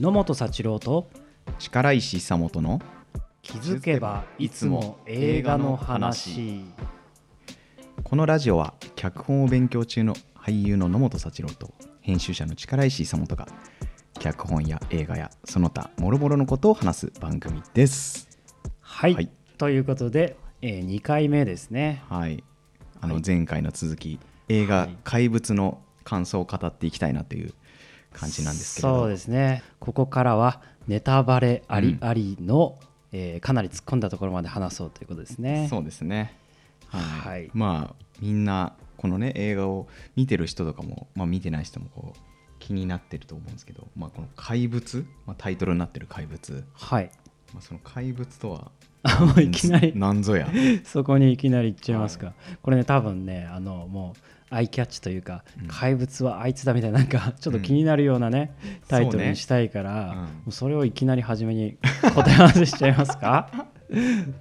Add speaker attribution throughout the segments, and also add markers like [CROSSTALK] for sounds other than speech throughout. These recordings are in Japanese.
Speaker 1: 野本幸郎と
Speaker 2: 力石久本の
Speaker 1: 気づけばいつも映画の話
Speaker 2: このラジオは脚本を勉強中の俳優の野本幸郎と編集者の力石久本が脚本や映画やその他諸々のことを話す番組です
Speaker 1: はい、
Speaker 2: はい
Speaker 1: ということで、えー、2回目ですね
Speaker 2: はいあ
Speaker 1: は
Speaker 2: の
Speaker 1: い
Speaker 2: 前回の続き映
Speaker 1: は
Speaker 2: 画
Speaker 1: い
Speaker 2: 「怪物」の感想を語っていきたいなという感じなんですけれど
Speaker 1: そうですねここからはネタバレありありの、えーかなり突っ込んだところまで話そうということですね
Speaker 2: そうですね。はい。
Speaker 1: はい
Speaker 2: まあみんなこのね映画を見てる人とかも、まあ、見てない人もこう気になってると思うんですけど、まあ、この怪物、まあ、タイトルになってる怪物、
Speaker 1: はい [LAUGHS]
Speaker 2: まあ、その怪物とは
Speaker 1: あもう [LAUGHS] いきなり
Speaker 2: なん
Speaker 1: [LAUGHS]
Speaker 2: ぞや。
Speaker 1: そこにいきなり行っちゃいますか、これね多分ねあのもうアイキャッチというか、
Speaker 2: うん
Speaker 1: 怪物はあいつだみたいななんかちょっと気になるようなね、タイトルにしたいから
Speaker 2: そうねうん
Speaker 1: もうそれをいきなり初めに答え合わせしちゃいます
Speaker 2: [LAUGHS]
Speaker 1: か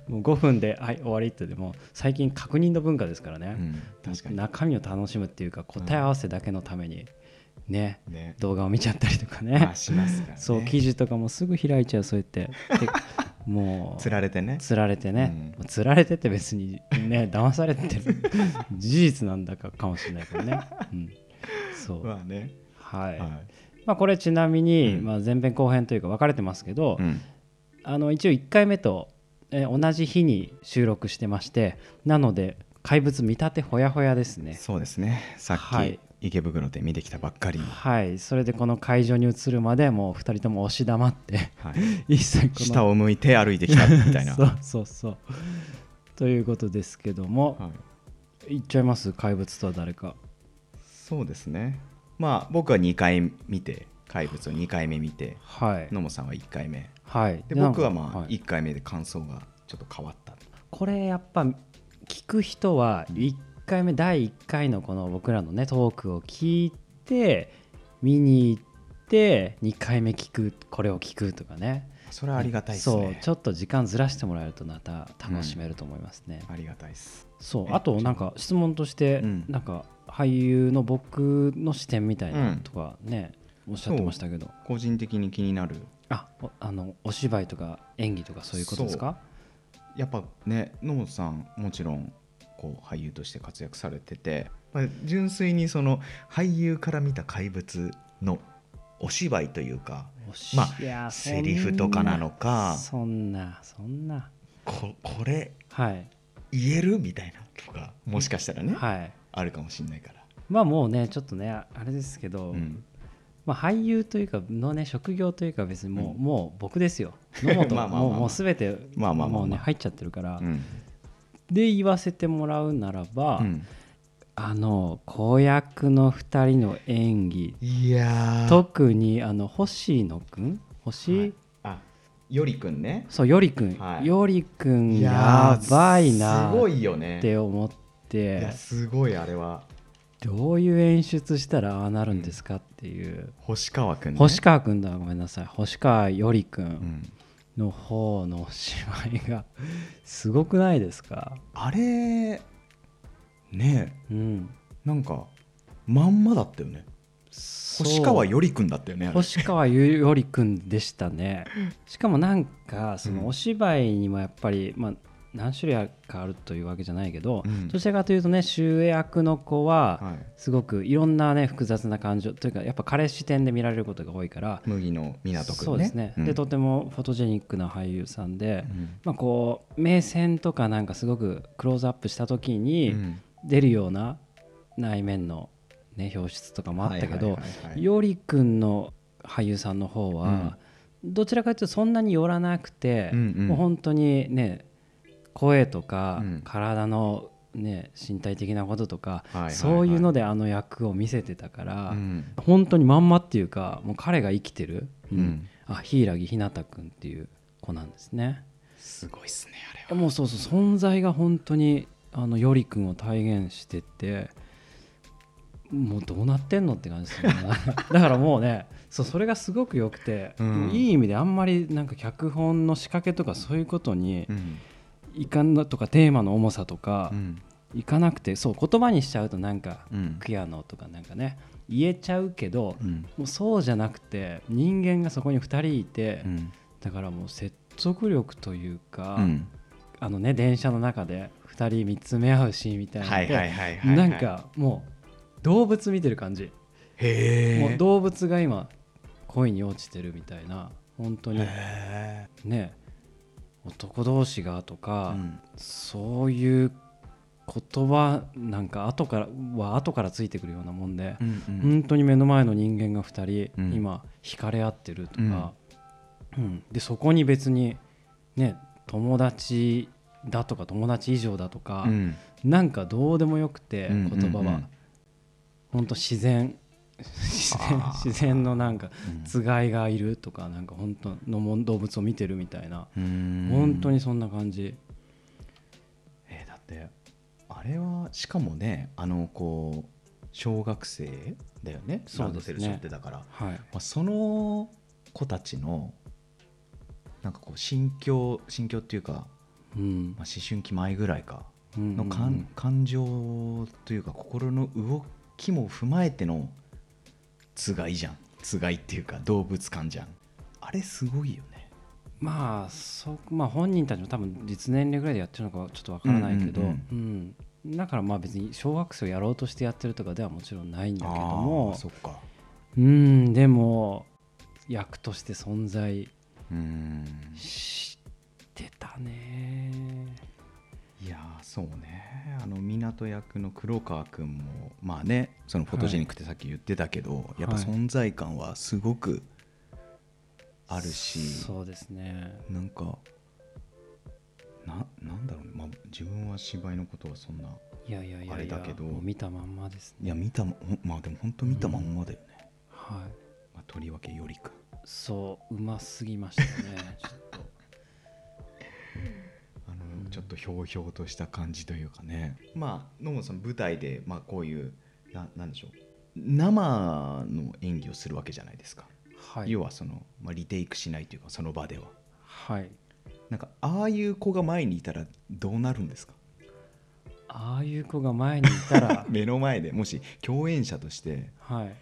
Speaker 1: もう5分で「はい終わり」ってでも最近確認の文化ですから
Speaker 2: う
Speaker 1: ね、
Speaker 2: ん、確かに。
Speaker 1: 中身を楽しむっていうか答え合わせだけのためにね、
Speaker 2: ね。
Speaker 1: 動画を見ちゃったりとかね、
Speaker 2: まあしますからね。
Speaker 1: [LAUGHS] そう記事とかもすぐ開いちゃうそうやって
Speaker 2: [LAUGHS]
Speaker 1: でもう
Speaker 2: つられてね。
Speaker 1: 釣られてね、
Speaker 2: う
Speaker 1: 釣られてって別にね [LAUGHS] 騙され
Speaker 2: [LAUGHS]
Speaker 1: てる事実なんだかかもしれないけどね、うん、そう
Speaker 2: まあね。
Speaker 1: はい、
Speaker 2: はい。
Speaker 1: まあこれちなみに、
Speaker 2: うん
Speaker 1: まあ、前編後編というか分かれてますけど、
Speaker 2: うん。
Speaker 1: あの一応1回目とえー同じ日に収録してましてなので怪物見立てほやほやですね
Speaker 2: そうですね。さっき、
Speaker 1: はい
Speaker 2: 池袋で見てきたばっ
Speaker 1: [LAUGHS]
Speaker 2: かりに。
Speaker 1: はいそれでこの会場に移るまでもう2人とも押し黙って [LAUGHS]
Speaker 2: はい。
Speaker 1: 一切この
Speaker 2: 下を向いて歩いてきたみたい
Speaker 1: [LAUGHS]
Speaker 2: な。
Speaker 1: そうそうそうということですけども、
Speaker 2: はい。
Speaker 1: いっちゃいます怪物とは誰か
Speaker 2: そうですねまあ僕は2回見て怪物を2回目見て
Speaker 1: はい
Speaker 2: 野茂さんは1回目
Speaker 1: はい
Speaker 2: で
Speaker 1: なんか
Speaker 2: 僕はまあ
Speaker 1: い
Speaker 2: 1回目で感想がちょっと変わった、
Speaker 1: これやっぱ聞く人は1回目第1回のこの僕らのねトークを聞いて見に行って2回目聞くこれを聞くとかね
Speaker 2: それはありがたいです
Speaker 1: そう
Speaker 2: ね
Speaker 1: ちょっと時間ずらしてもらえるとまた楽しめると思いますね、
Speaker 2: ありがたいです
Speaker 1: そう
Speaker 2: え
Speaker 1: あとなんか質問として、
Speaker 2: うん
Speaker 1: なんか俳優の僕の視点みたいな
Speaker 2: う
Speaker 1: の
Speaker 2: ん
Speaker 1: とかね、おっしゃってましたけど
Speaker 2: 個人的に気になる
Speaker 1: あおあのお芝居とか演技とかそういうことですか
Speaker 2: やっぱね野本さんもちろんこう俳優として活躍されてて、まあ、純粋にその俳優から見た怪物のお芝居というか
Speaker 1: おし
Speaker 2: まあ
Speaker 1: いやそん
Speaker 2: セリフとかなのか
Speaker 1: そんなそんな
Speaker 2: ここれ
Speaker 1: はい
Speaker 2: 言えるみたいなとかもしかしたらね、
Speaker 1: はい
Speaker 2: あるかもしれないから。
Speaker 1: まあもうねちょっとねあれですけど、
Speaker 2: うん
Speaker 1: まあ、俳優というかのね職業というか別にもう,、
Speaker 2: うん
Speaker 1: もう僕
Speaker 2: [LAUGHS]
Speaker 1: ですよ野本
Speaker 2: まあまあまあ
Speaker 1: もうもう全て
Speaker 2: まあまあまあまあ
Speaker 1: もうね入っちゃってるから、
Speaker 2: うん
Speaker 1: で言わせてもらうならば、
Speaker 2: うん
Speaker 1: あの子役の2人の演技
Speaker 2: いやー
Speaker 1: 特にあの星野くん星、
Speaker 2: はいあよりくんね
Speaker 1: そうよりくん、
Speaker 2: はい
Speaker 1: よりくん
Speaker 2: い
Speaker 1: や
Speaker 2: や
Speaker 1: ばいな
Speaker 2: すご
Speaker 1: っ
Speaker 2: いよね
Speaker 1: て思っ
Speaker 2: い
Speaker 1: て
Speaker 2: やすごいあれは
Speaker 1: どういう演出したらああなるんですかっていう、
Speaker 2: 星川くん、ね、
Speaker 1: 星川君だごめんなさい星川よりく
Speaker 2: うんん
Speaker 1: の方のお芝居がすごくないですか
Speaker 2: あれね
Speaker 1: うん
Speaker 2: えなんかまんまだったよね
Speaker 1: そう
Speaker 2: 星川よりくんだったよねあれ
Speaker 1: 星川ゆよりくんでしたね
Speaker 2: [LAUGHS]
Speaker 1: しかもなんかそ
Speaker 2: うん
Speaker 1: のお芝居にもやっぱり、まあ何種類かあるというわけじゃないけど、
Speaker 2: うん
Speaker 1: どちらかというとね主役の子は、
Speaker 2: はい、
Speaker 1: すごくいろんなね複雑な感情というかやっぱ彼視点で見られることが多いから
Speaker 2: 麦の港くんね
Speaker 1: そうですね、
Speaker 2: ん
Speaker 1: でとてもフォトジェニックな俳優さんで、
Speaker 2: うん
Speaker 1: まあ、こう目線とかなんかすごくクローズアップした時
Speaker 2: う
Speaker 1: に
Speaker 2: ん
Speaker 1: 出るような内面の、ね、表出とかもあったけど
Speaker 2: はいはいはいはい
Speaker 1: よりくんの俳優さんの方は、どちらかというとそんなに寄らなくて、
Speaker 2: うんうん
Speaker 1: もう本当にね声とか、
Speaker 2: うん
Speaker 1: 体の、ね、身体的なこととか、
Speaker 2: はいはいはい
Speaker 1: そういうのであの役を見せてたから、
Speaker 2: うん
Speaker 1: 本当にまんまっていうかもう彼が生きてる、うん
Speaker 2: うん
Speaker 1: あ柊ひなたくんっていう子なんですね
Speaker 2: すごいっすねあれは
Speaker 1: もうそうそう存在が本当にあのよりくんを体現しててもうどうなってんのって感じです
Speaker 2: [LAUGHS]
Speaker 1: よねだからもうねそうそれがすごく良くて、
Speaker 2: うん
Speaker 1: もういい意味であんまりなんか脚本の仕掛けとかそういうことに
Speaker 2: うん
Speaker 1: いかんなとかテーマの重さとか
Speaker 2: うん
Speaker 1: いかなくてそう言葉にしちゃうとなんか
Speaker 2: うん
Speaker 1: クヤノとかなんかね言えちゃうけど、
Speaker 2: うん
Speaker 1: もうそうじゃなくて人間がそこに2人いて、
Speaker 2: うん
Speaker 1: だからもう説得力というか、
Speaker 2: うん
Speaker 1: あのね電車の中で2人見つめ合うシーンみたいなの
Speaker 2: は
Speaker 1: で
Speaker 2: いはいはいはい
Speaker 1: なんかもう動物見てる感じ、
Speaker 2: へ
Speaker 1: もう動物が今恋に落ちてるみたいな本当に
Speaker 2: え
Speaker 1: ね男同士がと
Speaker 2: う
Speaker 1: か、
Speaker 2: ん
Speaker 1: そういう言葉なんか後からは後からついてくるようなもんで、
Speaker 2: うんうん
Speaker 1: 本当に目の前の人間が2人、
Speaker 2: うん
Speaker 1: 今惹かれ合ってるとか、うんでそこに別にね友達だとか友達以上だとか、
Speaker 2: うん
Speaker 1: なんかどうでもよくて
Speaker 2: うんうんうん
Speaker 1: 言葉は本当自然自然
Speaker 2: あー
Speaker 1: 自然のなんか
Speaker 2: うん
Speaker 1: つがいがいるとかなんか本当のも動物を見てるみたいな、
Speaker 2: うん
Speaker 1: 本当にそんな感じ
Speaker 2: えーだってあれはしかもねあのこう小学生だよね
Speaker 1: そうですね
Speaker 2: ランドセル背負ってだから、ま
Speaker 1: はい
Speaker 2: あ、その子たちのなんかこう心境心境っていうか、ま
Speaker 1: うん
Speaker 2: あ、思春期前ぐらいか
Speaker 1: うんうんう
Speaker 2: の
Speaker 1: ん
Speaker 2: 感,、感情というか心の動きも踏まえてのつがいじゃんつがいっていうか動物感じゃんあれすごいよね
Speaker 1: まあそまあ本人たちも多分実年齢ぐらいでやってるのかちょっとわからないけど、
Speaker 2: う
Speaker 1: うんん
Speaker 2: うん
Speaker 1: だからまあ別に小学生をやろうとしてやってるとかではもちろんないんだけど
Speaker 2: あー
Speaker 1: も
Speaker 2: そっか
Speaker 1: うんでも役として存在
Speaker 2: うん
Speaker 1: してたね
Speaker 2: いやーそうねあの港役の黒川君もまあねそのフォトジェニックってさっき言ってたけど、やっぱ
Speaker 1: はい
Speaker 2: 存在感はすごくあるし、
Speaker 1: そうですね
Speaker 2: なんかななんだろうね、まあ、自分は芝居のことはそんない
Speaker 1: やいやいやいや
Speaker 2: あれだけど
Speaker 1: もう見たまんまです
Speaker 2: いや見たまほんまあでも本当見たまんまだよね、
Speaker 1: はい
Speaker 2: まあ、とりわけよりくん
Speaker 1: そううますぎました
Speaker 2: [LAUGHS]
Speaker 1: ねちょっと
Speaker 2: あの、ちょっとひょうひょうとした感じというかねまあ野本さん舞台で、まあ、こういうななんでしょう生の演技をするわけじゃないですか
Speaker 1: はい
Speaker 2: 要はその、まあ、リテイクしないというかその場では
Speaker 1: はい
Speaker 2: なんかああいう子が前にいたらどうなるんですか
Speaker 1: ああいう子が前にいたら [LAUGHS]
Speaker 2: 目の前でもし共演者として
Speaker 1: はい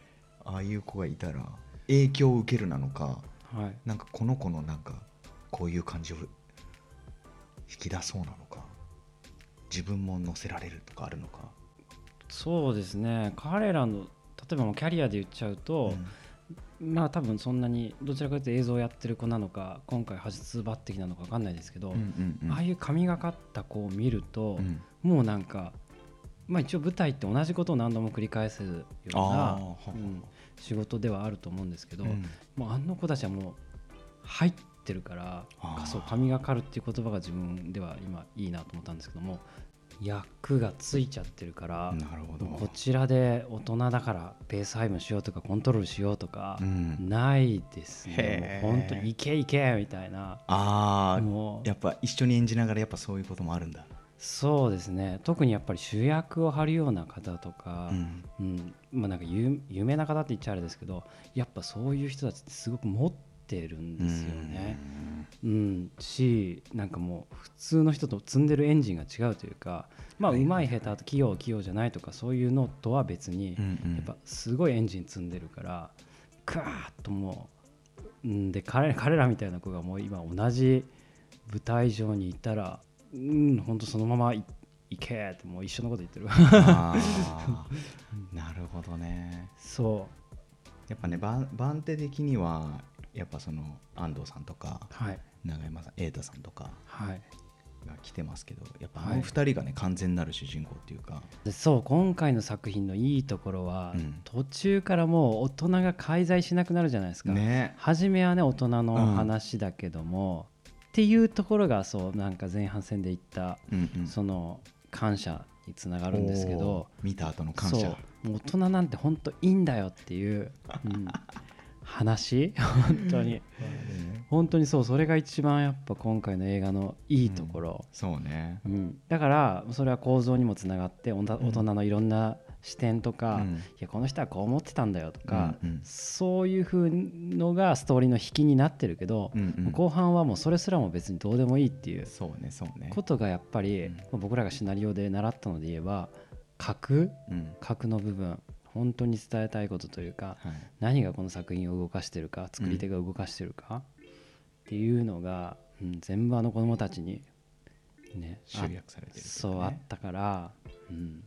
Speaker 2: ああいう子がいたら影響を受けるなのか
Speaker 1: はい
Speaker 2: なんかこの子のなんかこういう感じを引き出そうなのか自分も乗せられるとかあるのか、
Speaker 1: そうですね彼らの例えばもうキャリアで言っちゃうと、まあ多分そんなにどちらかというと映像をやってる子なのか今回発出抜擢なのか分かんないですけど、
Speaker 2: ん
Speaker 1: ああいう神がかった子を見ると、もうなんか、まあ、一応舞台って同じことを何度も繰り返すような
Speaker 2: あーは、は
Speaker 1: うん仕事ではあると思うんですけど、
Speaker 2: うん
Speaker 1: もうあの子たちはもう入ってるから
Speaker 2: あー
Speaker 1: そう神がかるっていう言葉が自分では今いいなと思ったんですけども役がついちゃってるから。
Speaker 2: なるほど
Speaker 1: こちらで大人だからペース配分しようとかコントロールしようとか
Speaker 2: うん
Speaker 1: ないですね
Speaker 2: へ、ー
Speaker 1: もう本当にいけいけみたいな
Speaker 2: ああ
Speaker 1: もう
Speaker 2: やっぱ一緒に演じながらやっぱそういうこともあるんだ、
Speaker 1: そうですね特にやっぱり主役を張るような方とか、
Speaker 2: うん
Speaker 1: うんまあ、なんか有有名な方って言っちゃあれですけどやっぱそういう人たちってすごく持ってるんですよね。うんしなんかもう普通の人と積んでるエンジンが違うというかまあ
Speaker 2: は
Speaker 1: う
Speaker 2: い
Speaker 1: まい下手あと器用器用じゃないとかそういうのとは別に、
Speaker 2: うんうん
Speaker 1: やっぱすごいエンジン積んでるからガーッともううんで彼彼らみたいな子がもう今同じ舞台上にいたらうん本当そのままい行けーってもう一緒のこと言って
Speaker 2: [LAUGHS]
Speaker 1: る [LAUGHS]
Speaker 2: あーなるほどね
Speaker 1: そう
Speaker 2: やっぱね番番手的にはやっぱその安藤さんとか
Speaker 1: はい
Speaker 2: 永山さん瑛太さんとか
Speaker 1: はい
Speaker 2: が来てますけどやっぱあ
Speaker 1: は
Speaker 2: の
Speaker 1: い
Speaker 2: 2人がね、完全なる主人公っていうか
Speaker 1: でそう今回の作品のいいところは、
Speaker 2: うん
Speaker 1: 途中からもう大人が介在しなくなるじゃないですか、
Speaker 2: ね
Speaker 1: 初めはね大人の話だけども、っていうところがそうなんか前半戦で言った、
Speaker 2: うんうん
Speaker 1: その感謝につながるんですけど
Speaker 2: おー見た後の感謝
Speaker 1: そうもう大人なんて本当いいんだよっていう、うん、
Speaker 2: [LAUGHS]
Speaker 1: 話本当に本当にそうそれが一番やっぱ今回の映画のいいところ、
Speaker 2: そうね
Speaker 1: うんだからそれは構造にもつながっておんだ
Speaker 2: うん
Speaker 1: 大人のいろんな視点とか、
Speaker 2: う
Speaker 1: い
Speaker 2: ん
Speaker 1: やこの人はこう思ってたんだよとか、
Speaker 2: うんうん
Speaker 1: そういう風のがストーリーの引きになってるけど、
Speaker 2: うんうん
Speaker 1: 後半はもうそれすらも別にどうでもいいっていう
Speaker 2: そうねそうね
Speaker 1: ことがやっぱり、
Speaker 2: うん
Speaker 1: 僕らがシナリオで習ったので言えば格
Speaker 2: うん
Speaker 1: 格の部分本当に伝えたいことというか
Speaker 2: はい
Speaker 1: 何がこの作品を動かしてるか作り手が動かしてるか、っていうのが、うん、全部あの子供たちにね
Speaker 2: 集
Speaker 1: あ
Speaker 2: 約されてるといかね
Speaker 1: そうあったから、うん、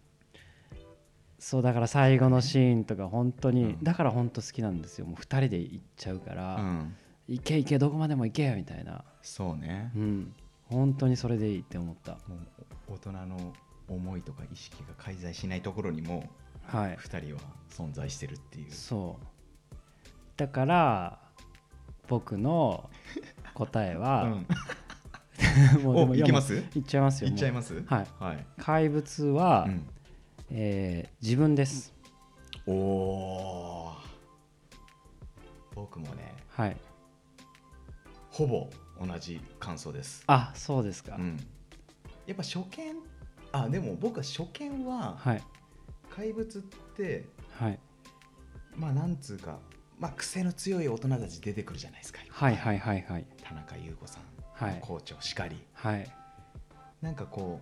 Speaker 1: そうだから最後のシーンとか本当に、
Speaker 2: うん
Speaker 1: だから本当好きなんですよもう2人で行っちゃうから、
Speaker 2: うん
Speaker 1: 行け行けどこまでも行けみたいな、
Speaker 2: そうね
Speaker 1: う、ん、本当にそれでいいって思った
Speaker 2: もう大人の思いとか意識が介在しないところにも
Speaker 1: はい
Speaker 2: 2人は存在してるっていう
Speaker 1: そうだから僕の答えは、 [LAUGHS] もうでも
Speaker 2: おいけますすい
Speaker 1: いっちゃいますよ
Speaker 2: っちゃい
Speaker 1: も
Speaker 2: ます
Speaker 1: はい
Speaker 2: はい、
Speaker 1: う怪物は、
Speaker 2: うん
Speaker 1: えー自分です
Speaker 2: おおー僕もね
Speaker 1: はい
Speaker 2: ほぼ同じ感想です、
Speaker 1: あそうですか、
Speaker 2: うん、やっぱ初見あでも僕は初見は
Speaker 1: はい
Speaker 2: 怪物って
Speaker 1: はい
Speaker 2: まあなんつうか、まあ、癖の強い大人たち出てくるじゃないですか
Speaker 1: はいはいはいはい
Speaker 2: 田中優子さん
Speaker 1: はい
Speaker 2: 校長しかり
Speaker 1: はい
Speaker 2: なんかこ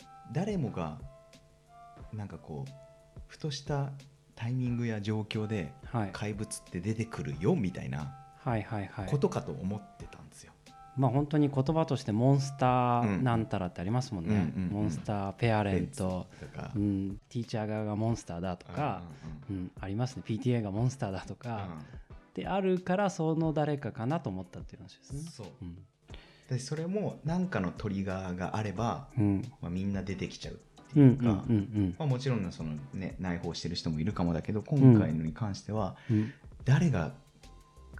Speaker 2: う誰もがなんかこうふとしたタイミングや状況で
Speaker 1: はい
Speaker 2: 怪物って出てくるよみたいな
Speaker 1: はいはいはい
Speaker 2: ことかと思ってたんですよ。
Speaker 1: まあ本当に言葉としてモンスターなんたらってありますもんね、
Speaker 2: うんうんうん
Speaker 1: モンスターペアレント、
Speaker 2: とか
Speaker 1: う、ん、ティーチャー側がモンスターだとか、うんありますね PTA がモンスターだと
Speaker 2: うんう
Speaker 1: か、
Speaker 2: ん
Speaker 1: であるからその誰かかなと思ったっていう話です
Speaker 2: うん
Speaker 1: ね。
Speaker 2: そう
Speaker 1: うん
Speaker 2: でそれも何かのトリガーがあれば、
Speaker 1: うん
Speaker 2: まあ、みんな出てきちゃうっ
Speaker 1: う
Speaker 2: て
Speaker 1: んう
Speaker 2: い
Speaker 1: ん
Speaker 2: うか、
Speaker 1: うん
Speaker 2: まあ、もちろんその、ね、内包してる人もいるかもだけど今回のに関しては
Speaker 1: うん
Speaker 2: 誰が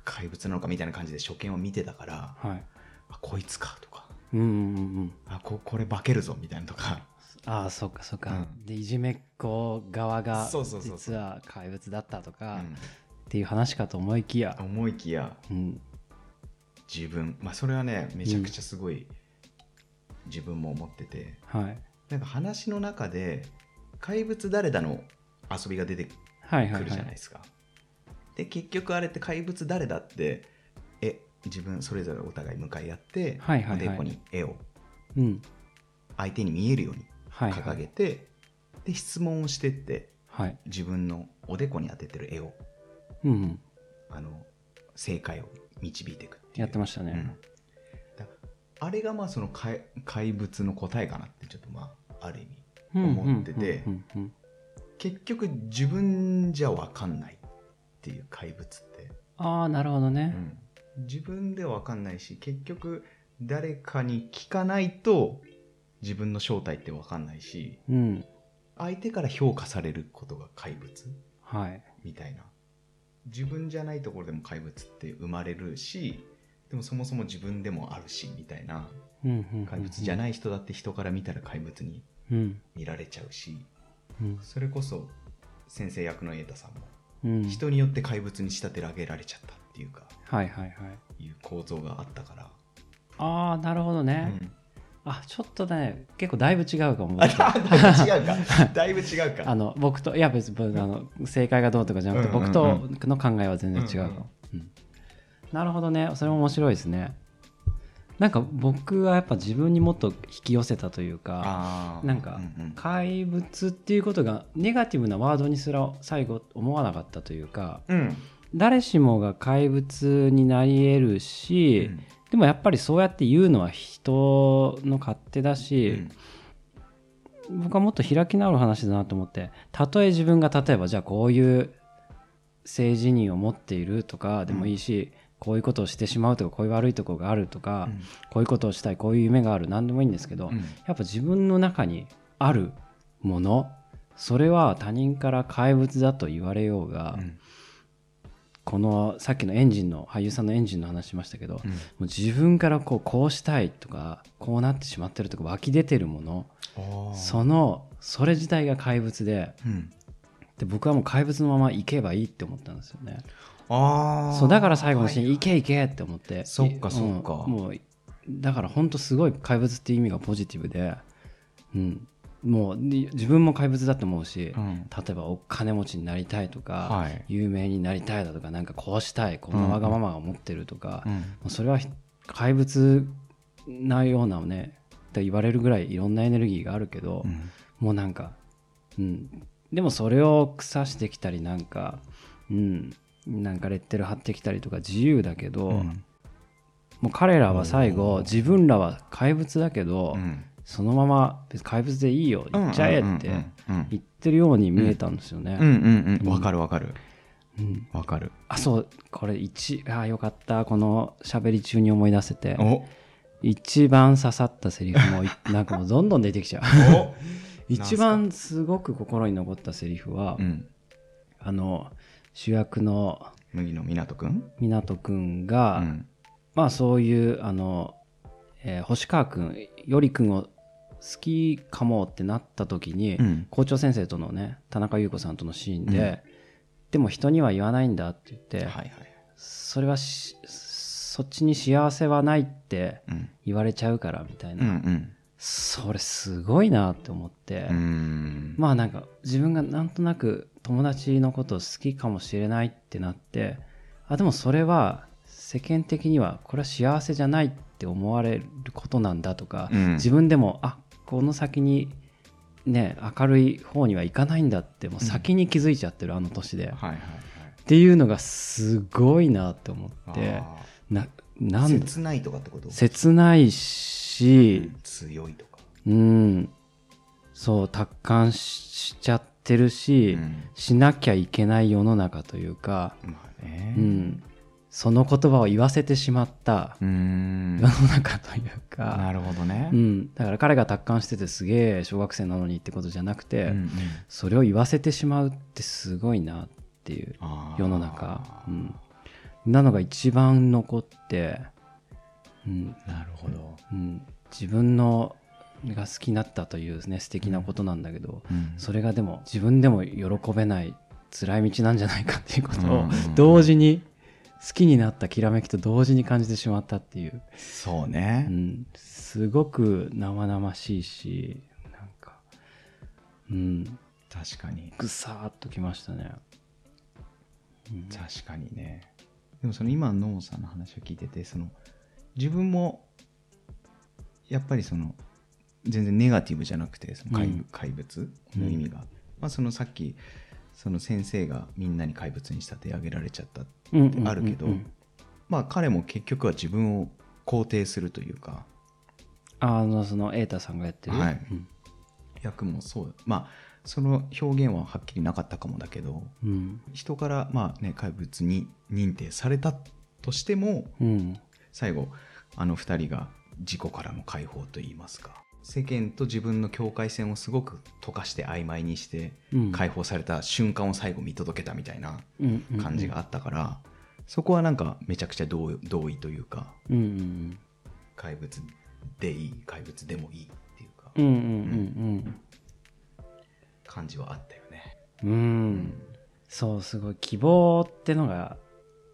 Speaker 2: 怪物なのかみたいな感じで初見を見てたから
Speaker 1: はい
Speaker 2: あこいつかとか
Speaker 1: うんうんうんうん
Speaker 2: あここれ化けるぞみたいなとか
Speaker 1: ああそうかそうか、
Speaker 2: うん
Speaker 1: でいじめっ子側が
Speaker 2: そうそうそうそ
Speaker 1: 実
Speaker 2: う
Speaker 1: は怪物だったとか
Speaker 2: うん
Speaker 1: っていう話かと思いきや、
Speaker 2: 思いきや
Speaker 1: うん、
Speaker 2: 自分、まあ、それはねめちゃくちゃすごい自分も思ってて、
Speaker 1: はい
Speaker 2: なんか話の中で怪物誰だの遊びが出てく
Speaker 1: はいはい
Speaker 2: る
Speaker 1: は
Speaker 2: じゃない
Speaker 1: い
Speaker 2: ですか。で結局あれって怪物誰だってえ自分それぞれお互い向かい合って、
Speaker 1: はいはいはい
Speaker 2: おでこに絵を
Speaker 1: うん
Speaker 2: 相手に見えるように
Speaker 1: はいは
Speaker 2: 掲
Speaker 1: い
Speaker 2: げて、で質問をしてって
Speaker 1: はい
Speaker 2: 自分のおでこに当ててる絵を
Speaker 1: うんうん
Speaker 2: あの正解を導いていくっていう
Speaker 1: やってました
Speaker 2: うん
Speaker 1: ね、
Speaker 2: だあれがまあその怪怪物の答えかなってちょっとまあある意味
Speaker 1: うんん、
Speaker 2: 思ってて
Speaker 1: うんうんうん
Speaker 2: 結局自分じゃ分かんないっていう怪物って、
Speaker 1: ああなるほどね、
Speaker 2: 自分では分かんないし結局誰かに聞かないと自分の正体って分かんないし
Speaker 1: うん
Speaker 2: 相手から評価されることが怪物
Speaker 1: はい
Speaker 2: みたいな自分じゃないところでも怪物って生まれるしでもそもそも自分でもあるしみたいな
Speaker 1: うんうんうん、
Speaker 2: 怪物じゃないい人だって人から見たら怪物に
Speaker 1: うん
Speaker 2: 見られちゃうし
Speaker 1: うん
Speaker 2: それこそ先生役の瑛太さんも
Speaker 1: うん、
Speaker 2: 人によって怪物に仕立て上げられちゃったっていうか
Speaker 1: はいはいはい
Speaker 2: いう構造があったから、
Speaker 1: ああなるほど
Speaker 2: う
Speaker 1: ね、
Speaker 2: ん、
Speaker 1: あちょっとね結構だいぶ違うかも
Speaker 2: あ
Speaker 1: 僕と
Speaker 2: だいぶ違うかだいぶ違うか
Speaker 1: あの僕といや別にあの正解がどうとかじゃなくて、
Speaker 2: うんうんうん
Speaker 1: 僕との考えは全然違うかも、うんなるほどねそれも面白いですねなんか僕はやっぱ自分にもっと引き寄せたというか
Speaker 2: あー
Speaker 1: なんか
Speaker 2: うんうん
Speaker 1: 怪物っていうことがネガティブなワードにすら最後思わなかったというか
Speaker 2: うん
Speaker 1: 誰しもが怪物になり得るし、
Speaker 2: うん
Speaker 1: でもやっぱりそうやって言うのは人の勝手だし、僕はもっと開き直る話だなと思ってたとえ自分が例えばじゃあこういう性自認を持っているとかでもいいし、こういうことをしてしまうとかこういう悪いところがあるとか、こういうことをしたいこういう夢がある何でもいいんですけど、
Speaker 2: うんうん
Speaker 1: やっぱ自分の中にあるものそれは他人から怪物だと言われようが、
Speaker 2: うん
Speaker 1: このさっきのエンジンの俳優さんのエンジンの話しましたけど、
Speaker 2: うん
Speaker 1: もう自分からこうこうしたいとかこうなってしまってるとか湧き出てるもの
Speaker 2: あー
Speaker 1: そのそれ自体が怪物で
Speaker 2: うん
Speaker 1: で僕はもう怪物のまま行けばいいって思ったんですよね
Speaker 2: あー
Speaker 1: そうだから最後のシーン、
Speaker 2: はい
Speaker 1: 行け行けって思って
Speaker 2: そっか
Speaker 1: い
Speaker 2: そっか
Speaker 1: うんもうだから本当すごい怪物っていう意味がポジティブで、うん、もうに自分も怪物だと思うし、
Speaker 2: いうん
Speaker 1: 例えばお金持ちになりたいとか、
Speaker 2: はい
Speaker 1: 有名になりたいだとかなんかこうしたいこんなわがままが持ってるとか、
Speaker 2: うん
Speaker 1: もうそれはひ怪物なようなねって言われるぐらいいろんなエネルギーがあるけど、
Speaker 2: うん
Speaker 1: もうなんか、うん、でもそれを腐してきたりなんかうんなんかレッテル貼ってきたりとか自由だけど、
Speaker 2: うん
Speaker 1: もう彼らは最後
Speaker 2: おー
Speaker 1: 自分らは怪物だけど、
Speaker 2: うん
Speaker 1: そのまま別に怪物でいいよ行っちゃえって
Speaker 2: うんうん
Speaker 1: 言ってるように見えたんですよね。
Speaker 2: うんうんうんわかるわかる
Speaker 1: うん
Speaker 2: わかる
Speaker 1: あそうこれ一あよかったこの喋り中に思い出せて
Speaker 2: お
Speaker 1: 一番刺さったセリフ
Speaker 2: [LAUGHS]
Speaker 1: もいなんかもうどんどん出てきちゃう
Speaker 2: お
Speaker 1: 一番すごく心に残ったセリフは、
Speaker 2: うん
Speaker 1: あの主役の
Speaker 2: 麦野湊くん
Speaker 1: 湊くん
Speaker 2: う
Speaker 1: が、
Speaker 2: ん
Speaker 1: まあそういうあの、えー星川くんよりくんを好きかもってなった時に、
Speaker 2: うん
Speaker 1: 校長先生とのね田中優子さんとのシーンで、でも人には言わないんだって言って、
Speaker 2: はいはい
Speaker 1: それはしそっちに幸せはないって
Speaker 2: うん
Speaker 1: 言われちゃうからみたいうな、
Speaker 2: ん
Speaker 1: それすごいなって思って、
Speaker 2: うんうん
Speaker 1: まあなんか自分がなんとなく友達のことを好きかもしれないってなってあでもそれは世間的にはこれは幸せじゃないって思われることなんだとか、
Speaker 2: うん
Speaker 1: 自分でもあこの先にね明るい方にはいかないんだってもう先に気づいちゃってる、あの年で、っ
Speaker 2: はいはいはい
Speaker 1: ていうのがすごいなって思って
Speaker 2: あ
Speaker 1: な
Speaker 2: ー
Speaker 1: なんだ
Speaker 2: 切ないとかってこと
Speaker 1: 切ないし、
Speaker 2: 強いとか
Speaker 1: うん、そう達観ししちゃってるし、
Speaker 2: うん
Speaker 1: しなきゃいけない世の中というか、
Speaker 2: まあね
Speaker 1: うん、その言葉を言わせてしまった
Speaker 2: うーん
Speaker 1: 世の中というか、
Speaker 2: なるほどね
Speaker 1: うん、だから彼が達観しててすげえ小学生なのにってことじゃなくて、
Speaker 2: うんうん
Speaker 1: それを言わせてしまうってすごいなっていう
Speaker 2: あー
Speaker 1: 世の中、うん、なのが一番残って、うん
Speaker 2: なるほど
Speaker 1: うん、自分のが好きになったというね素敵なことなんだけど、
Speaker 2: うん
Speaker 1: それがでも自分でも喜べない辛い道なんじゃないかっていうこと
Speaker 2: うん
Speaker 1: を
Speaker 2: うんうん
Speaker 1: 同時に好きになったきらめきと同時に感じてしまったっていう、
Speaker 2: そう
Speaker 1: う
Speaker 2: ね
Speaker 1: ん、すごく生々しいしなんかうん
Speaker 2: 確かに
Speaker 1: ぐさーっときましたね。うん
Speaker 2: 確かにねでもその今のノーさんの話を聞いててその自分もやっぱりその全然ネガティブじゃなくてその怪,、
Speaker 1: うん
Speaker 2: 怪物の意味が、まあ、そのさっきその先生がみんなに怪物に仕立て上げられちゃった
Speaker 1: うん
Speaker 2: ってあるけど、
Speaker 1: うんうんうん
Speaker 2: まあ彼も結局は自分を肯定するというか
Speaker 1: あのその瑛太さんがやってる、
Speaker 2: はい
Speaker 1: うん
Speaker 2: 役もそうまあその表現ははっきりなかったかもだけど
Speaker 1: うん
Speaker 2: 人からまあね怪物に認定されたとしても
Speaker 1: うん
Speaker 2: 最後あの2人が事故からの解放といいますか世間と自分の境界線をすごく溶かして曖昧にして
Speaker 1: うん
Speaker 2: 解放された瞬間を最後見届けたみたいな
Speaker 1: うんうん
Speaker 2: 感じがあったから、そこはなんかめちゃくちゃ同同意というか
Speaker 1: うんうん
Speaker 2: 怪物でいい怪物でもいいっていうか、
Speaker 1: うんうんうん
Speaker 2: 感じはあったよね。
Speaker 1: うんうんそうすごい希望ってのが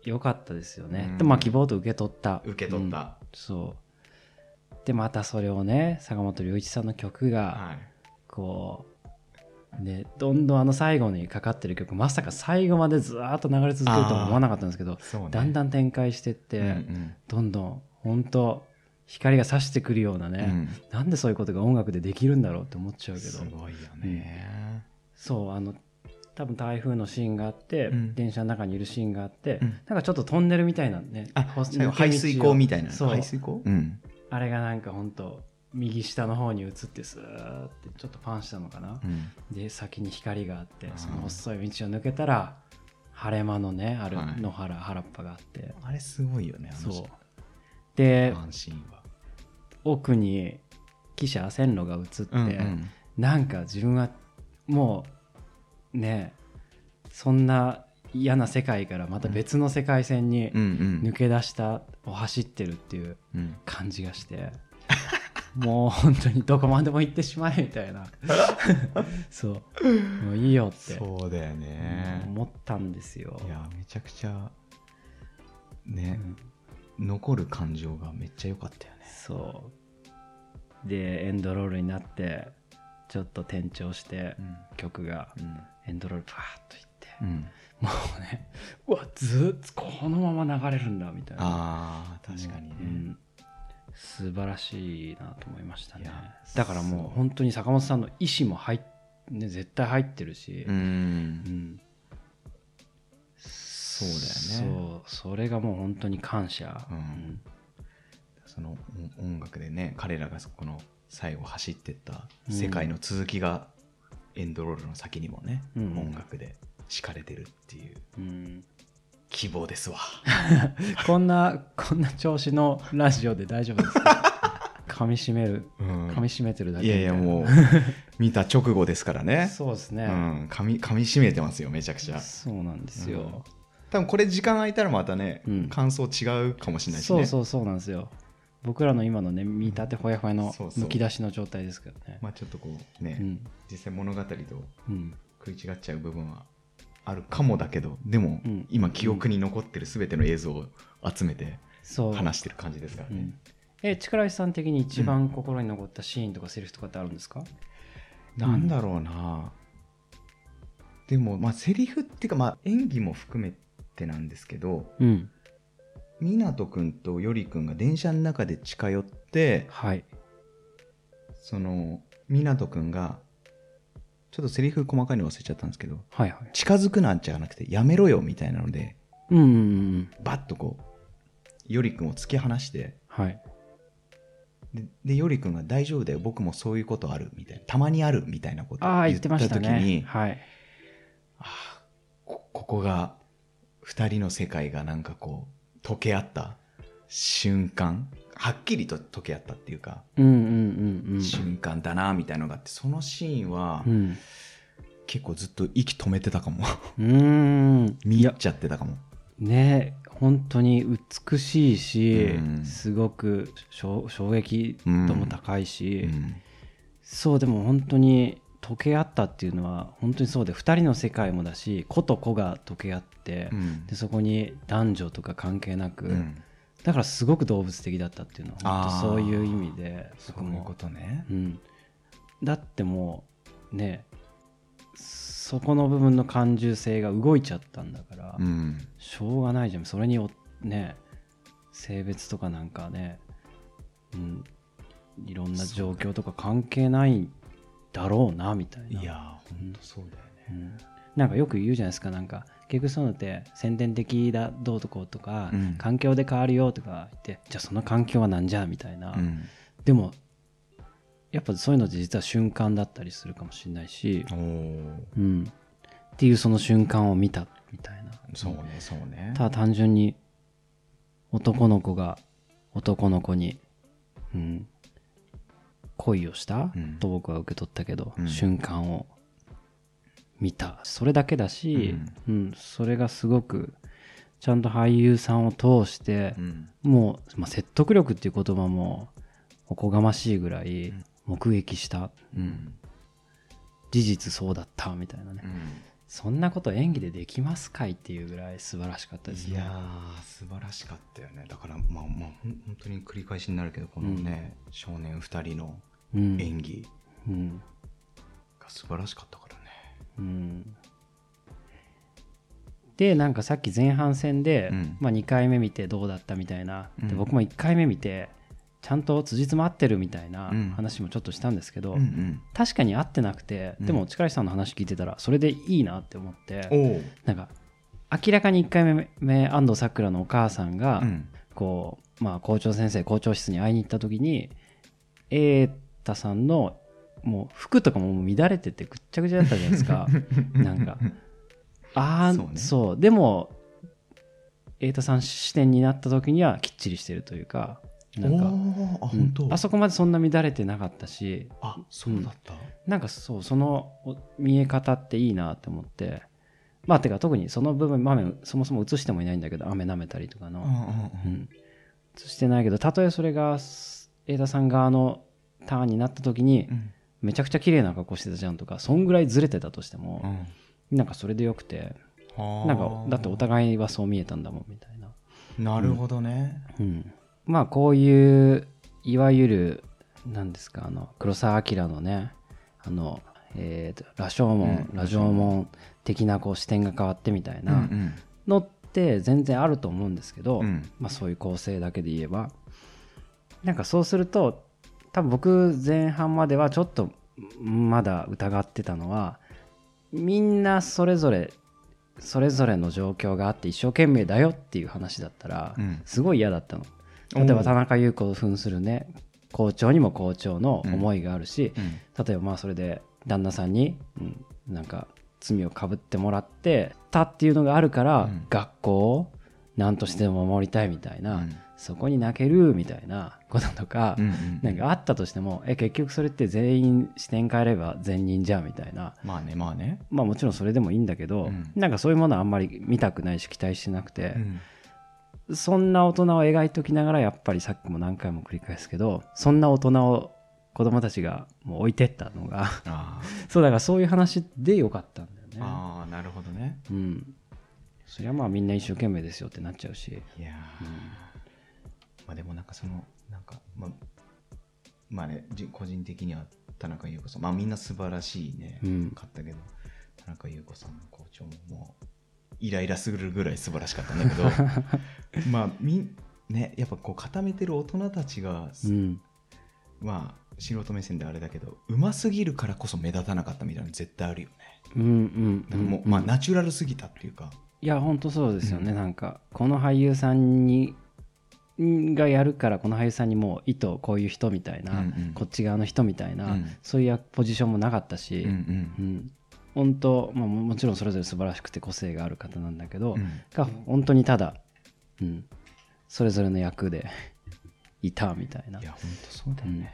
Speaker 1: 良かったですよね、
Speaker 2: うん
Speaker 1: でまあ希望と受け取った
Speaker 2: 受け取っ
Speaker 1: うん
Speaker 2: た、
Speaker 1: そうでまたそれをね坂本龍一さんの曲が
Speaker 2: はい
Speaker 1: こう、ねどんどんあの最後にかかってる曲まさか最後までずーっと流れ続けるとは思わなかったんですけど
Speaker 2: そうね
Speaker 1: だんだん展開してって、
Speaker 2: うんうん
Speaker 1: どんどん本当光が差してくるような
Speaker 2: う
Speaker 1: ね、
Speaker 2: ん
Speaker 1: なんでそういうことが音楽でできるんだろうって思っちゃうけど
Speaker 2: すごいよね。
Speaker 1: そうあの多分台風のシーンがあって、
Speaker 2: うん
Speaker 1: 電車の中にいるシーンがあって、
Speaker 2: うん
Speaker 1: なんかちょっとトンネルみたいなね
Speaker 2: あ
Speaker 1: ほ
Speaker 2: 最後排水溝みたいな
Speaker 1: そう
Speaker 2: 排水溝、うん
Speaker 1: あれがなんかほんと右下の方に移ってスーってちょっとパンしたのかな
Speaker 2: う、ん
Speaker 1: で先に光があって
Speaker 2: うん
Speaker 1: その細い道を抜けたら晴れ間のねある
Speaker 2: はい
Speaker 1: 野原、原っぱがあって
Speaker 2: あれすごいよねあの
Speaker 1: そう
Speaker 2: シ
Speaker 1: で
Speaker 2: ーンシーンは。
Speaker 1: 奥に汽車線路が映って、なんか自分はもうねそんな嫌な世界からまた別の世界線に
Speaker 2: うんうん
Speaker 1: 抜け出したを走ってるっていう
Speaker 2: うん
Speaker 1: 感じがして [LAUGHS] もう本当にどこまでも行ってしまえみたいな [LAUGHS] そうもういいよって
Speaker 2: そうだよね。
Speaker 1: 思ったんですよ
Speaker 2: いやめちゃくちゃ
Speaker 1: う
Speaker 2: ね、
Speaker 1: ん
Speaker 2: 残る感情がめっちゃ良かったよね。
Speaker 1: そうでエンドロールになってちょっと転調して曲がエンドロールパーッといって
Speaker 2: うんうん
Speaker 1: もうねうわずっとこのまま流れるんだみたいな
Speaker 2: ああ確かにね。
Speaker 1: うん素晴らしいなと思いました
Speaker 2: い
Speaker 1: ね
Speaker 2: や
Speaker 1: だからも
Speaker 2: そう
Speaker 1: う本当に坂本さんの意思も入っね、絶対入ってるし、う
Speaker 2: う
Speaker 1: んん
Speaker 2: そうだよね
Speaker 1: そうそれがもう本当に感謝、
Speaker 2: うんそのお音楽でね彼らがこの最後走ってった世界の続きがエンドロールの先にもね、
Speaker 1: うん
Speaker 2: 音楽で敷かれてるっていう
Speaker 1: うん
Speaker 2: 希望ですわ
Speaker 1: こんなこんな調子のラジオで大丈夫です
Speaker 2: [LAUGHS]
Speaker 1: か噛み締める
Speaker 2: うん
Speaker 1: 噛み締めてるだけ
Speaker 2: い
Speaker 1: み
Speaker 2: や
Speaker 1: た
Speaker 2: いや
Speaker 1: な [LAUGHS]
Speaker 2: もう見た直後ですからね
Speaker 1: そうです
Speaker 2: う
Speaker 1: ね、
Speaker 2: ん、噛み噛み締めてますよめちゃくちゃ
Speaker 1: そうなんですよ、
Speaker 2: 多分これ時間空いたらまたね、
Speaker 1: うん
Speaker 2: 感想違うかもしれないし
Speaker 1: そ
Speaker 2: ね
Speaker 1: うそうそうなんですよ僕らの今のね見たてほやほやの
Speaker 2: そうそう
Speaker 1: むき出しの状態ですけどね
Speaker 2: まあちょっとこうね、
Speaker 1: うん
Speaker 2: 実際物語と
Speaker 1: うん
Speaker 2: 食い違っちゃう部分はあるかもだけどでも、
Speaker 1: うん
Speaker 2: 今記憶に残ってる全ての映像を集めて
Speaker 1: そう
Speaker 2: 話してる感じですから
Speaker 1: う
Speaker 2: ね
Speaker 1: ん、え力石さん的に一番心に残ったシーンとかセリフとかってあるんですか、
Speaker 2: なんだろうなでもまあセリフっていうか、まあ、演技も含めてなんですけど
Speaker 1: うん、
Speaker 2: 湊くんとよりくんが電車の中で近寄って
Speaker 1: はい
Speaker 2: その湊くんがちょっとセリフ細かいの忘れちゃったんですけど
Speaker 1: はいはい
Speaker 2: 近づくなんじゃなくてやめろよみたいなので
Speaker 1: うんうんうん
Speaker 2: バッとこうよりくんを突き放して
Speaker 1: はい
Speaker 2: ででよりくんが「大丈夫だよ僕もそういうことある」みたいな「たまにある」みたいなこと
Speaker 1: ああ
Speaker 2: を
Speaker 1: 言
Speaker 2: 言
Speaker 1: っ
Speaker 2: ってた
Speaker 1: ました
Speaker 2: 時
Speaker 1: ね
Speaker 2: に
Speaker 1: はい
Speaker 2: あーこここが2人の世界がなんかこう溶け合った瞬間はっきりと溶け合ったっていうか、
Speaker 1: うんうんうん
Speaker 2: 瞬間だなみたいなのがあってそのシーンは
Speaker 1: うんうん
Speaker 2: 結構ずっと息止めてたかも
Speaker 1: うーん
Speaker 2: 見入っちゃってたかも
Speaker 1: ね本当に美しいし、
Speaker 2: うん
Speaker 1: すごく衝衝撃度も高いし、
Speaker 2: うん
Speaker 1: そうでも本当に溶け合ったっていうのは本当にそうで2人の世界もだし子と子が溶け合って、
Speaker 2: うん
Speaker 1: でそこに男女とか関係なく、
Speaker 2: うん
Speaker 1: だからすごく動物的だったっていうのは
Speaker 2: あー
Speaker 1: 本当そういう意味で
Speaker 2: そういうことね
Speaker 1: うん、だってもうねそこの部分の感受性が動いちゃったんだから、
Speaker 2: うん
Speaker 1: しょうがないじゃんそれにおね性別とかなんかね、うん、いろんな状況とか関係ないだろうなみたいない
Speaker 2: やーほんとそうだよね
Speaker 1: うんなんかよく言うじゃないですかなんか結局そういうのって宣伝的だどうとこうとか、
Speaker 2: うん
Speaker 1: 環境で変わるよとか言ってじゃあその環境はなんじゃみたいな、
Speaker 2: うん
Speaker 1: でもやっぱそういうのって実は瞬間だったりするかもしれないし、
Speaker 2: おー
Speaker 1: うん、っていうその瞬間を見たみたいな
Speaker 2: そうねそうね
Speaker 1: ただ単純に男の子が男の子に、うん、恋をした、
Speaker 2: うん
Speaker 1: と僕は受け取ったけど、
Speaker 2: うん
Speaker 1: 瞬間を見たそれだけだし、うんそれがすごくちゃんと俳優さんを通して
Speaker 2: う、ん
Speaker 1: もう、まあ、説得力っていう言葉もおこがましいぐらい目撃した
Speaker 2: うん
Speaker 1: 事実そうだったみたいなね、そんなこと演技でできますかいっていうぐらい素晴らしかったです
Speaker 2: い
Speaker 1: ね。
Speaker 2: やー素晴らしかったよねだからまあまあほん本当に繰り返しになるけどこのね、少年2人の
Speaker 1: うん
Speaker 2: 演技
Speaker 1: うん
Speaker 2: が素晴らしかったからね
Speaker 1: うんでなんかさっき前半戦で、
Speaker 2: うん
Speaker 1: まあ、2回目見てどうだったみたいな、
Speaker 2: う
Speaker 1: で
Speaker 2: ん
Speaker 1: 僕も1回目見てちゃんと辻褄合ってるみたいな
Speaker 2: うん
Speaker 1: 話もちょっとしたんですけど、
Speaker 2: ん
Speaker 1: 確かに合ってなくて
Speaker 2: うん
Speaker 1: でも力石さんの話聞いてたらそれでいいなって思って、
Speaker 2: おお
Speaker 1: なんか明らかに1回目目安藤サクラのお母さんが、こうまあ、校長先生校長室に会いに行った時に瑛太さんのもう服とかももう乱れててぐっちゃぐちゃだったじゃないです
Speaker 2: [LAUGHS]
Speaker 1: かなんかああ
Speaker 2: そ
Speaker 1: そうう,、
Speaker 2: ね
Speaker 1: でも瑛太さん視点になった時にはきっちりしてるというかなんか、
Speaker 2: あ
Speaker 1: うん
Speaker 2: 本当、
Speaker 1: あそこまでそんな乱れてなかったし
Speaker 2: あそうだった、
Speaker 1: なんかそうそのお見え方っていいなって思ってまあてか特にその部分場面そもそも映してもいないんだけど雨舐めたりとかの、
Speaker 2: んうん
Speaker 1: うん、映してないけどたとえそれがす瑛太さん側のターンになった時に
Speaker 2: ん
Speaker 1: めちゃくちゃ綺麗な格好してたじゃんとかそんぐらいずれてたとして
Speaker 2: う
Speaker 1: も
Speaker 2: ん
Speaker 1: なんかそれでよくて
Speaker 2: あー
Speaker 1: なんかだってお互いはそう見えたんだもんみたいな、
Speaker 2: なるほどね、
Speaker 1: うん、まあこういういわゆる何ですかあの黒澤明のねあのえーと羅生門、
Speaker 2: うん
Speaker 1: 羅生門的なこう視点が変わってみたい
Speaker 2: うん、
Speaker 1: なのって全然あると思うんですけど、
Speaker 2: うん
Speaker 1: まあ、そういう構成だけで言えばなんかそうすると多分僕前半まではちょっとまだ疑ってたのはみんなそれぞれそれぞれの状況があって一生懸命だよっていう話だったら、
Speaker 2: うん
Speaker 1: すごい嫌だったの
Speaker 2: おう
Speaker 1: 例えば田中優子を扮するね校長にも校長の思いがあるし、
Speaker 2: うん
Speaker 1: 例えばまあそれで旦那さんに、うんなんか罪をかぶってもらってたっていうのがあるから、
Speaker 2: うん
Speaker 1: 学校を何としても守りたいみたいな、
Speaker 2: うん
Speaker 1: そこに泣けるみたいなこととか、
Speaker 2: うんうん
Speaker 1: なんかあったとしてもえ結局それって全員視点変えれば全人じゃんみたいな
Speaker 2: まあねまあね、
Speaker 1: まあもちろんそれでもいいんだけど、
Speaker 2: うん
Speaker 1: なんかそういうものはあんまり見たくないし期待してなくて、そんな大人を描いときながらやっぱりさっきも何回も繰り返すけどそんな大人を子供たちがもう置いてったのが
Speaker 2: あ
Speaker 1: そうだからそういう話でよかったんだよ
Speaker 2: ー、
Speaker 1: ね。
Speaker 2: あーなるほどね
Speaker 1: うんそりゃまあみんな一生懸命ですよってなっちゃうし、
Speaker 2: いやー、まあでもなんかそのなんかまあまあねじ個人的には田中優子さんまあみんな素晴らしいね、
Speaker 1: うん
Speaker 2: かったけど田中優子さんの校長ももうイライラするぐらい素晴らしかったんだけ
Speaker 1: [LAUGHS]
Speaker 2: どまあみんねやっぱこう固めてる大人たちが、
Speaker 1: うん、
Speaker 2: まあ素人目線であれだけどうますぎるからこそ目立たなかったみたいなの絶対あるよね
Speaker 1: うんうん
Speaker 2: だからもう、まあナチュラルすぎたっていうか
Speaker 1: いや本当そうですよね、
Speaker 2: うん
Speaker 1: なんかこの俳優さんにんがやるからこの俳優さんにもう意図こういう人みたいな、
Speaker 2: うんうん
Speaker 1: こっち側の人みたいな、
Speaker 2: うん
Speaker 1: そういうポジションもなかったし、
Speaker 2: ん
Speaker 1: うん本当、まあ、ももちろんそれぞれ素晴らしくて個性がある方なんだけど、
Speaker 2: うん
Speaker 1: が本当にただ、うん、それぞれの役で [LAUGHS] いたみたいない
Speaker 2: や本当そうだ
Speaker 1: う
Speaker 2: よ
Speaker 1: ん
Speaker 2: ね、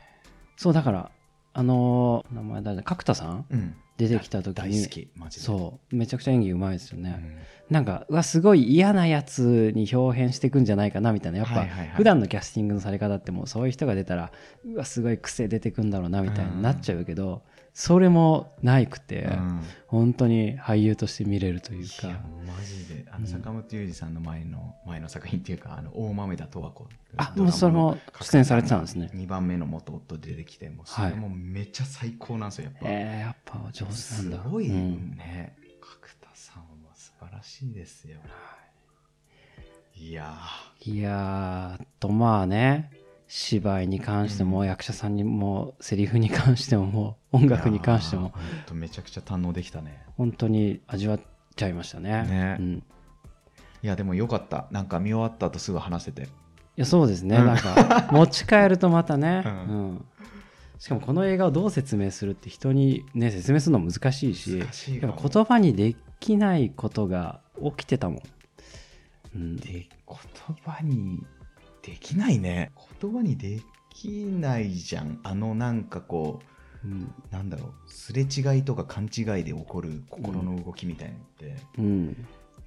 Speaker 1: そうだからあのー名前誰だ角田さん
Speaker 2: うん
Speaker 1: 出てきた時に
Speaker 2: 大好きマジで
Speaker 1: そうめちゃくちゃ演技うまいですよね、
Speaker 2: うん
Speaker 1: なんかうわすごい嫌なやつに表現していくんじゃないかなみたいなやっぱ
Speaker 2: はいはいはい
Speaker 1: 普段のキャスティングのされ方ってもうそういう人が出たらうわすごい癖出てくんだろうなみたいになっちゃうけどそれもないくて
Speaker 2: うん
Speaker 1: 本当に俳優として見れるという
Speaker 2: いや
Speaker 1: か
Speaker 2: マジであ
Speaker 1: うん
Speaker 2: の坂本龍二さんの前の、前の作品っていうかあの大豆田十和子
Speaker 1: あもうそれも出演されてたんですね
Speaker 2: 2番目の元夫出てきてもうそ
Speaker 1: は
Speaker 2: れ
Speaker 1: い
Speaker 2: もめちゃ最高なんですよやっぱ、
Speaker 1: えーやっぱ上手
Speaker 2: す
Speaker 1: なんだ
Speaker 2: ごい
Speaker 1: うん
Speaker 2: ね、角田さんは素晴らしいですよいや
Speaker 1: いやーとまあね芝居に関しても役者さんにもセリフに関してももう音
Speaker 2: ー
Speaker 1: 楽に関して
Speaker 2: いや
Speaker 1: も
Speaker 2: ーほんとめちゃくちゃ堪能できたね
Speaker 1: 本当に味わっちゃいました
Speaker 2: ね
Speaker 1: ね。うん
Speaker 2: いやでもよかったなんか見終わった後すぐ話せて
Speaker 1: いやそうですね、
Speaker 2: うん
Speaker 1: なんか持ち帰るとまたね、う
Speaker 2: [LAUGHS] うんん
Speaker 1: しかもこの映画をどう説明するって人に、ね、説明するの難しいし
Speaker 2: 難しい
Speaker 1: や
Speaker 2: か
Speaker 1: っ
Speaker 2: も
Speaker 1: ぱ言葉にできないことが起きてたもん、うん、
Speaker 2: で言葉にできないね言葉にできないじゃんあのなんかこ
Speaker 1: うん
Speaker 2: うなんだろうすれ違いとか勘違いで起こる心の動きみたいなのって、や
Speaker 1: うん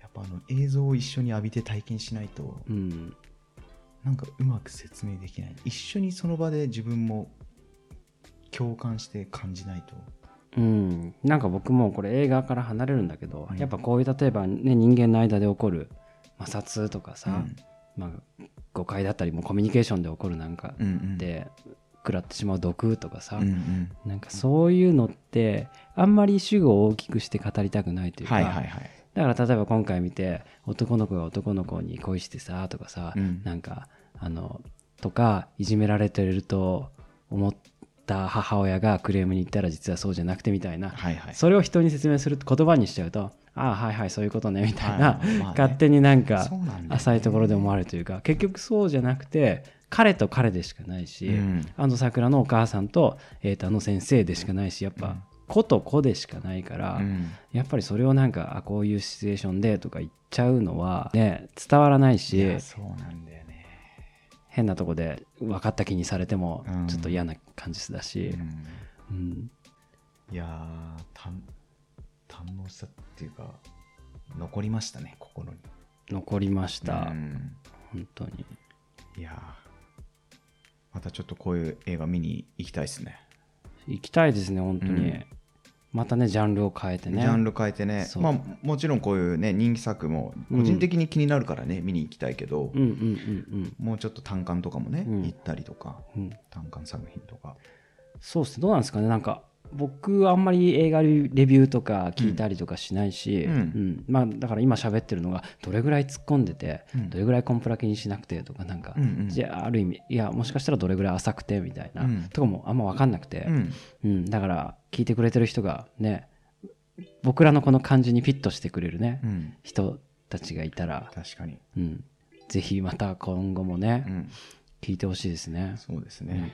Speaker 2: っぱあの映像を一緒に浴びて体験しないと、
Speaker 1: うん
Speaker 2: なんかうまく説明できない一緒にその場で自分も共感して感じないと
Speaker 1: うん、なんか僕もこれ映画から離れるんだけど、
Speaker 2: うん
Speaker 1: やっぱこういう例えば、ね、人間の間で起こる摩擦とかさ、まあ、誤解だったりもうコミュニケーションで起こるなんか
Speaker 2: うんうん
Speaker 1: で食らってしまう毒とかさ、
Speaker 2: うんうん
Speaker 1: なんかそういうのってあんまり主語を大きくして語りたくないというか、
Speaker 2: はいはいはい
Speaker 1: だから例えば今回見て男の子が男の子に恋してさとかさ、
Speaker 2: うん
Speaker 1: なんかあのとかいじめられてると思った母親がクレームに行ったら実はそうじゃなくてみたいな、
Speaker 2: はいはい
Speaker 1: それを人に説明すると言葉にしちゃうとああはいはいそういうことねみたいな、
Speaker 2: はいまあね
Speaker 1: 勝手になんか
Speaker 2: そうなんだよね
Speaker 1: 浅いところで思われるというか結局そうじゃなくて彼と彼でしかないし、
Speaker 2: うん
Speaker 1: あの桜のお母さんと,、えーとあの先生でしかないしやっぱ、
Speaker 2: うん
Speaker 1: 子と子でしかないから、
Speaker 2: うん
Speaker 1: やっぱりそれをなんかあこういうシチュエーションでとか言っちゃうのは、ね、伝わらない
Speaker 2: い
Speaker 1: し
Speaker 2: やそうなんだよね
Speaker 1: 変なとこで分かった気にされても
Speaker 2: うん
Speaker 1: ちょっと嫌な感じだし、
Speaker 2: うん
Speaker 1: うん
Speaker 2: いやー堪堪能したっていうか残りましたね心に
Speaker 1: 残りました、
Speaker 2: うん
Speaker 1: 本当に
Speaker 2: いやーまたちょっとこういう映画見に行きたいですね
Speaker 1: 行きたいですね本当に、
Speaker 2: うん
Speaker 1: またねジャンルを変えてね
Speaker 2: ジャンル変えてね
Speaker 1: そう
Speaker 2: まあもちろんこういうね人気作も
Speaker 1: うん
Speaker 2: 個人的に気になるからね、見に行きたいけど、
Speaker 1: うんうんうん
Speaker 2: もうちょっと単館とかもね、
Speaker 1: うん
Speaker 2: 行ったりとか
Speaker 1: うんうん
Speaker 2: 単館作品とか
Speaker 1: そうっすねどうなんですかねなんか僕はあんまり映画レビューとか聞いたりとかしないし、
Speaker 2: うん
Speaker 1: うんまあ、だから今喋ってるのがどれぐらい突っ込んでて、
Speaker 2: うん
Speaker 1: どれぐらいコンプラ気にしなくてとかなんか、
Speaker 2: うんうん
Speaker 1: じゃあある意味いやもしかしたらどれぐらい浅くてみたいな、
Speaker 2: うん
Speaker 1: とかもあんま分かんなくて
Speaker 2: う、ん
Speaker 1: うんだから聞いてくれてる人がね僕らのこの感じにフィットしてくれるね、
Speaker 2: うん
Speaker 1: 人たちがいたら、
Speaker 2: 確かに、
Speaker 1: うん、ぜひまた今後もね、
Speaker 2: うん、
Speaker 1: 聞いてほしいですね。
Speaker 2: そうですね、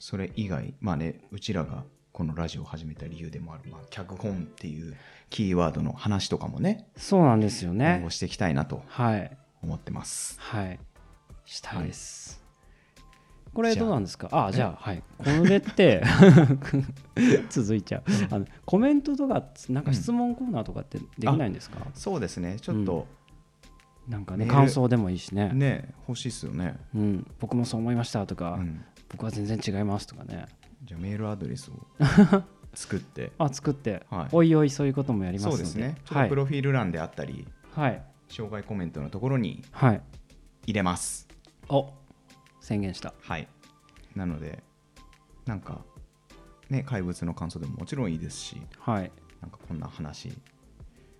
Speaker 2: それ以外まあねうちらがこのラジオを始めた理由でもある、まあ、脚本っていうキーワードの話とかもね
Speaker 1: そうなんですよ
Speaker 2: 今
Speaker 1: ね
Speaker 2: 後。していきたいなと
Speaker 1: はい。
Speaker 2: 思ってます
Speaker 1: はい。したいです。これ
Speaker 2: じゃあ
Speaker 1: どうなんですかああ、じゃあ、はい。これって、 [LAUGHS] 続いちゃう。あのコメントとか、なんか質問コーナーとかってできないんですか、
Speaker 2: そうですねちょっと、
Speaker 1: なんかね、
Speaker 2: メール
Speaker 1: 感想でもいいしね。
Speaker 2: ね欲しいっすよね、
Speaker 1: うん、僕もそう思いましたとか、
Speaker 2: うん、
Speaker 1: 僕は全然違いますとかね。
Speaker 2: じゃあメールアドレ [LAUGHS] スを作って
Speaker 1: あ、作って、
Speaker 2: はい
Speaker 1: おいおいそういうこともやりますの
Speaker 2: そ
Speaker 1: で。
Speaker 2: うですねちょっ
Speaker 1: は
Speaker 2: と
Speaker 1: い
Speaker 2: プ。ロフィール欄であったり、
Speaker 1: はい。
Speaker 2: 障害コメントのところに
Speaker 1: はい。
Speaker 2: 入れます
Speaker 1: お宣言した。
Speaker 2: はいなのでなんかね怪物の感想でももちろんいいですし
Speaker 1: はい。
Speaker 2: なんかこんな話、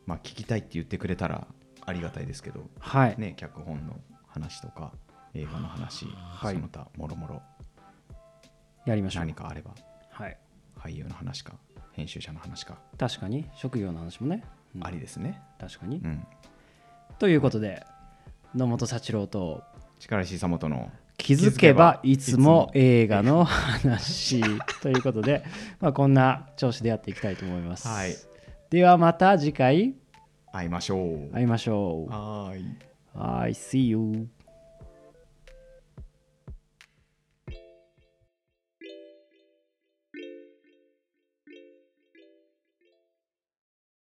Speaker 2: まあ、聞きたいって言ってくれたらありがたいですけど、
Speaker 1: はい。
Speaker 2: ね、脚本の話とか映画の話、
Speaker 1: はい
Speaker 2: その他もろもろ
Speaker 1: やりましょう
Speaker 2: 何。かあれば
Speaker 1: はい。
Speaker 2: 俳優の話か編集者の話か
Speaker 1: 確かに、職業の話もね。うん
Speaker 2: ありですね、
Speaker 1: 確かに
Speaker 2: う。ん、
Speaker 1: ということで野本幸郎と
Speaker 2: 力石さもとの
Speaker 1: 気づけばいつも映画の話ということで、まあ、こんな調子でやっていきたいと思います、
Speaker 2: はい
Speaker 1: ではまた次回
Speaker 2: 会いましょう
Speaker 1: 会いましょう
Speaker 2: はーい
Speaker 1: はい See you